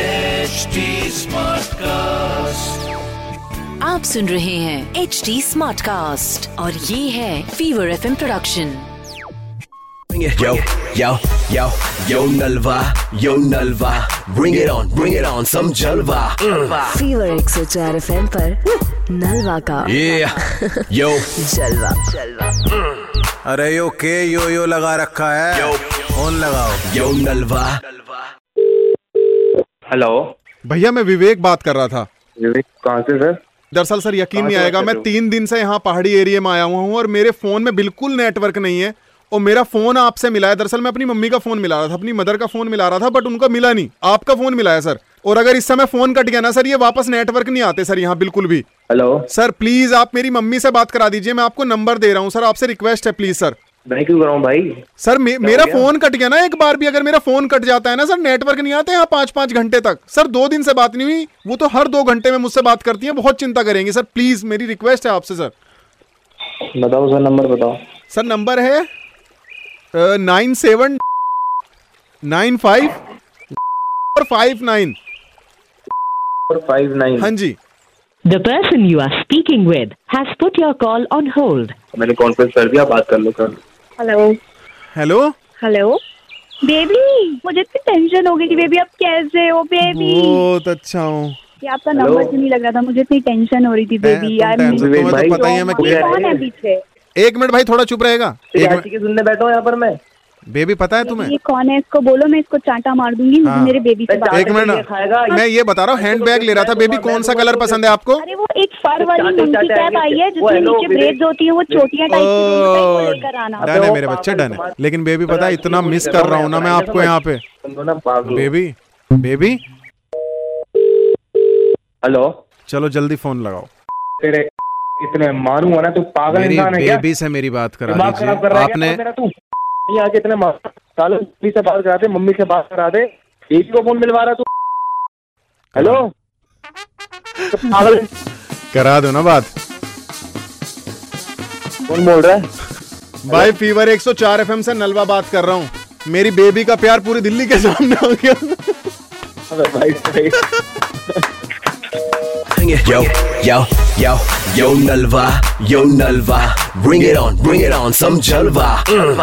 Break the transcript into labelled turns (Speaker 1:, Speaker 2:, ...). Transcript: Speaker 1: HD Smartcast.
Speaker 2: आप सुन रहे हैं एच डी स्मार्ट कास्ट और ये है Fever F production
Speaker 3: Bring it. Yo, yo, yo, yo, Nalva, yo, Nalva. Bring it on, bring it on, some Jalva. Mm.
Speaker 2: Fever एक सौ चार एफ एम नलवा का
Speaker 3: Mm, Yeah, yo,
Speaker 2: जलवा जलवा
Speaker 4: अरे यो के यो यो लगा रखा है फोन लगाओ
Speaker 3: yo, Nalva.
Speaker 5: हेलो
Speaker 6: भैया मैं विवेक बात कर रहा था
Speaker 5: विवेक कहाँ से सर
Speaker 6: दरअसल सर यकीन
Speaker 5: कहाँ
Speaker 6: नहीं
Speaker 5: से
Speaker 6: आएगा
Speaker 5: बात कर
Speaker 6: मैं
Speaker 5: तो रहे हो?
Speaker 6: तीन दिन से यहाँ पहाड़ी एरिया में आया हुआ हूँ और मेरे फोन में बिल्कुल नेटवर्क नहीं है और मेरा फोन आपसे मिला है दरअसल मैं अपनी मम्मी का फोन मिला रहा था अपनी मदर का फोन मिला रहा था बट उनका मिला नहीं आपका फोन मिला है सर और अगर इस समय फोन कट गया ना सर ये वापस नेटवर्क नहीं आते सर यहाँ बिल्कुल भी
Speaker 5: हेलो
Speaker 6: सर प्लीज आप मेरी मम्मी से बात करा दीजिए मैं आपको नंबर दे रहा हूँ सर आपसे रिक्वेस्ट है प्लीज सर
Speaker 5: मैं क्यों कर रहा हूँ भाई
Speaker 6: सर मे, मेरा फोन कट गया ना एक बार भी अगर मेरा फोन कट जाता है ना सर नेटवर्क नहीं आते यहाँ पाँच पाँच घंटे तक सर दो दिन से बात नहीं हुई वो तो हर दो घंटे में मुझसे बात करती हैं बहुत चिंता करेंगी सर प्लीज मेरी रिक्वेस्ट है आपसे सर
Speaker 5: बताओ सर नंबर बताओ
Speaker 6: सर नंबर है नाइन सेवन नाइन फाइव और five nine
Speaker 5: four five nine
Speaker 6: हाँ जी
Speaker 7: The person you are speaking with has put your call on hold.
Speaker 5: मैंने कॉन्फ्रेंस कर दिया बात कर लो कर लो।
Speaker 8: हेलो
Speaker 6: हेलो
Speaker 8: हेलो बेबी मुझे इतनी टेंशन हो गई कि बेबी आप कैसे हो बेबी
Speaker 6: बहुत अच्छा हूँ
Speaker 8: ये आपका नंबर से नहीं लग रहा था मुझे इतनी टेंशन हो रही थी बेबी
Speaker 6: तुम
Speaker 8: यार
Speaker 6: tension-
Speaker 8: मुझे
Speaker 5: तुम्हें तो
Speaker 8: तो
Speaker 5: पता
Speaker 6: ही है मैं
Speaker 8: मम्मी
Speaker 5: क्या-
Speaker 8: कौन है पीछे
Speaker 6: एक मिनट भाई थोड़ा चुप रहेगा एक
Speaker 5: याची के सुनने बैठा हूँ यहाँ पर मैं
Speaker 6: मिनट बेबी पता है तुम्हें
Speaker 8: ये कौन है इसको बोलो मैं इसको चांटा मार दूंगी मुझे
Speaker 6: हाँ।
Speaker 8: मेरे बेबी से बात
Speaker 6: एक मिनट
Speaker 5: खाएगा तो
Speaker 6: ना। मैं ये बता रहा हूँ हैंड बैग ले रहा था बेबी कौन सा कलर पसंद है आपको
Speaker 8: अरे वो एक फर वाली
Speaker 5: चाटे-
Speaker 8: मंकी
Speaker 5: चाटे
Speaker 8: कैप आई है
Speaker 5: आएंगे। वो
Speaker 8: जिसमें
Speaker 5: hello,
Speaker 8: नीचे
Speaker 5: बेबी।
Speaker 8: ब्रेड होती है वो चोटियां टाइप की होती हैं, वो लेकर आना
Speaker 6: डन है मेरे बच्चे डन है लेकिन बेबी पता है इतना मिस कर रहा हूँ ना मैं आपको यहाँ पे
Speaker 5: सुनो ना पागल
Speaker 6: बेबी बेबी
Speaker 5: हेलो
Speaker 6: चलो जल्दी फोन लगाओ
Speaker 5: तेरे इतने मारूंगा ना तू पागल
Speaker 6: मेरी
Speaker 5: इंसान है क्या
Speaker 6: बेबी से मेरी बात करा
Speaker 5: दिमाग खराब
Speaker 6: दीजिए
Speaker 5: कर रहा है क्या तो
Speaker 6: आपने
Speaker 5: मेरा तू नहीं आके इतने मार सालों मम्मी से बात करा दे मम्मी से बात करा दे बेबी को फोन मिलवा रहा तू हेलो
Speaker 6: हाँ।
Speaker 5: पागल
Speaker 6: करा दो ना बात
Speaker 5: कौन बोल रहा है
Speaker 6: भाई फीवर 104 एफएम से नलवा बात कर रहा हूँ मेरी बेबी का प्यार पूरी दिल्ली के सामने हो गया
Speaker 5: अबे भाई भाई
Speaker 3: Bring it. Yo, yo, yo, yo, Nalva, yo, Nalva. Bring it on, bring it on, some Jalva. Mm.